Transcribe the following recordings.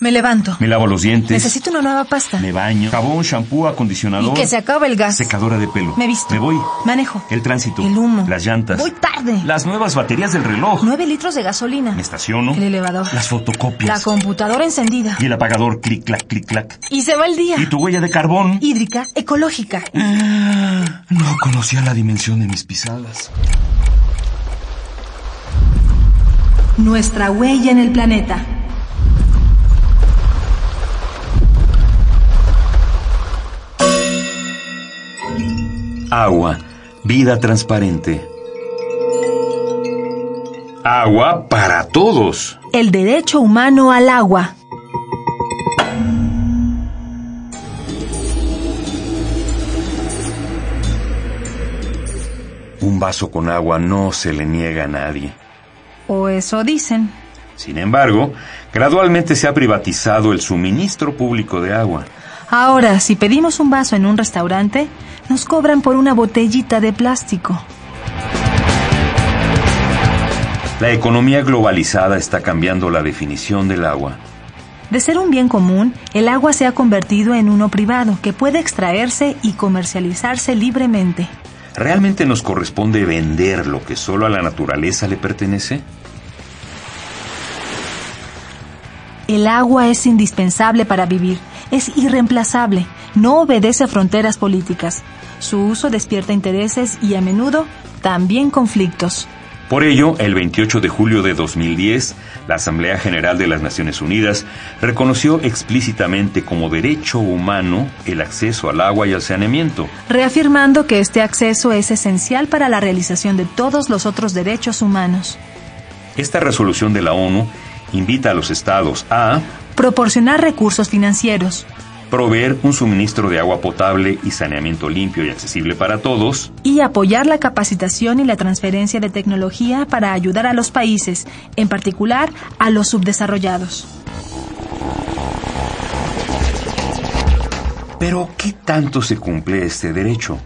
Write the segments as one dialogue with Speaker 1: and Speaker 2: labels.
Speaker 1: Me levanto.
Speaker 2: Me lavo los dientes.
Speaker 1: Necesito una nueva pasta.
Speaker 2: Me baño. Jabón, shampoo, acondicionador.
Speaker 1: Y que se acabe el gas.
Speaker 2: Secadora de pelo.
Speaker 1: Me visto.
Speaker 2: Me voy.
Speaker 1: Manejo.
Speaker 2: El tránsito.
Speaker 1: El humo.
Speaker 2: Las llantas.
Speaker 1: Voy tarde.
Speaker 2: Las nuevas baterías del reloj.
Speaker 1: Nueve litros de gasolina.
Speaker 2: Me estaciono.
Speaker 1: El elevador.
Speaker 2: Las fotocopias.
Speaker 1: La computadora encendida.
Speaker 2: Y el apagador. Clic, clac, clic, clac.
Speaker 1: Y se va el día.
Speaker 2: Y tu huella de carbón.
Speaker 1: Hídrica, ecológica.
Speaker 2: No conocía la dimensión de mis pisadas.
Speaker 3: Nuestra huella en el planeta.
Speaker 2: Agua, vida transparente. Agua para todos.
Speaker 3: El derecho humano al agua.
Speaker 2: Un vaso con agua no se le niega a nadie.
Speaker 1: O eso dicen.
Speaker 2: Sin embargo, gradualmente se ha privatizado el suministro público de agua.
Speaker 1: Ahora, si pedimos un vaso en un restaurante, nos cobran por una botellita de plástico.
Speaker 2: La economía globalizada está cambiando la definición del agua.
Speaker 1: De ser un bien común, el agua se ha convertido en uno privado que puede extraerse y comercializarse libremente.
Speaker 2: ¿Realmente nos corresponde vender lo que solo a la naturaleza le pertenece?
Speaker 1: El agua es indispensable para vivir, es irreemplazable, no obedece a fronteras políticas. Su uso despierta intereses y a menudo también conflictos.
Speaker 2: Por ello, el 28 de julio de 2010, la Asamblea General de las Naciones Unidas reconoció explícitamente como derecho humano el acceso al agua y al saneamiento.
Speaker 1: Reafirmando que este acceso es esencial para la realización de todos los otros derechos humanos.
Speaker 2: Esta resolución de la ONU invita a los estados a
Speaker 1: Proporcionar recursos financieros.
Speaker 2: proveer un suministro de agua potable y saneamiento limpio y accesible para todos,
Speaker 1: Y apoyar la capacitación y la transferencia de tecnología para ayudar a los países, en particular a los subdesarrollados.
Speaker 2: Pero ¿qué tanto se cumple este derecho?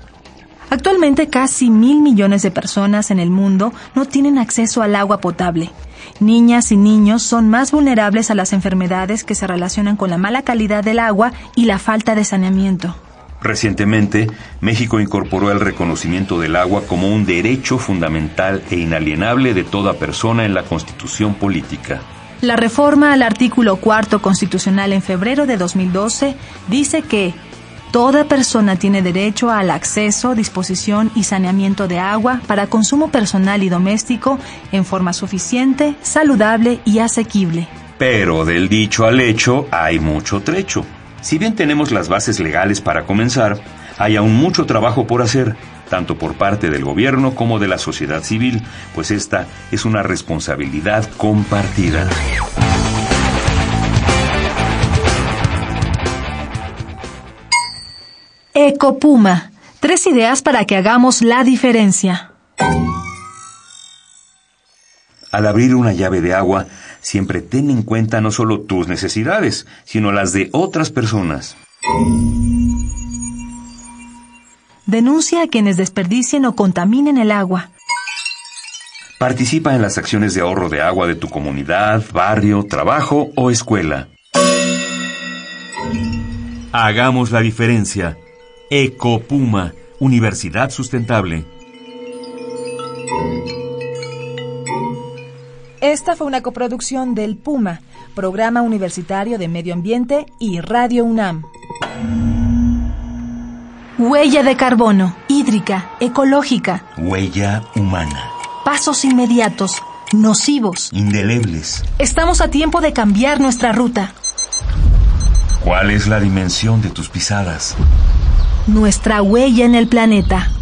Speaker 1: Actualmente casi mil millones de personas en el mundo no tienen acceso al agua potable. Niñas y niños son más vulnerables a las enfermedades que se relacionan con la mala calidad del agua y la falta de saneamiento.
Speaker 2: Recientemente, México incorporó el reconocimiento del agua como un derecho fundamental e inalienable de toda persona en la Constitución Política.
Speaker 1: La reforma al artículo cuarto constitucional en febrero de 2012 dice que toda persona tiene derecho al acceso, disposición y saneamiento de agua para consumo personal y doméstico en forma suficiente, saludable y asequible.
Speaker 2: Pero del dicho al hecho hay mucho trecho. Si bien tenemos las bases legales para comenzar, hay aún mucho trabajo por hacer, tanto por parte del gobierno como de la sociedad civil, pues esta es una responsabilidad compartida.
Speaker 1: Ecopuma. Tres ideas para que hagamos la diferencia.
Speaker 2: Al abrir una llave de agua, siempre ten en cuenta no solo tus necesidades, sino las de otras personas.
Speaker 1: Denuncia a quienes desperdicien o contaminen el agua.
Speaker 2: Participa en las acciones de ahorro de agua de tu comunidad, barrio, trabajo o escuela. Hagamos la diferencia. Ecopuma, Universidad Sustentable.
Speaker 3: Esta fue una coproducción del Puma, Programa Universitario de Medio Ambiente y Radio UNAM.
Speaker 1: Huella de carbono, hídrica, ecológica,
Speaker 2: Huella humana.
Speaker 1: pasos inmediatos, nocivos.
Speaker 2: Indelebles.
Speaker 1: Estamos a tiempo de cambiar nuestra ruta.
Speaker 2: ¿Cuál es la dimensión de tus pisadas?
Speaker 1: Nuestra huella en el planeta.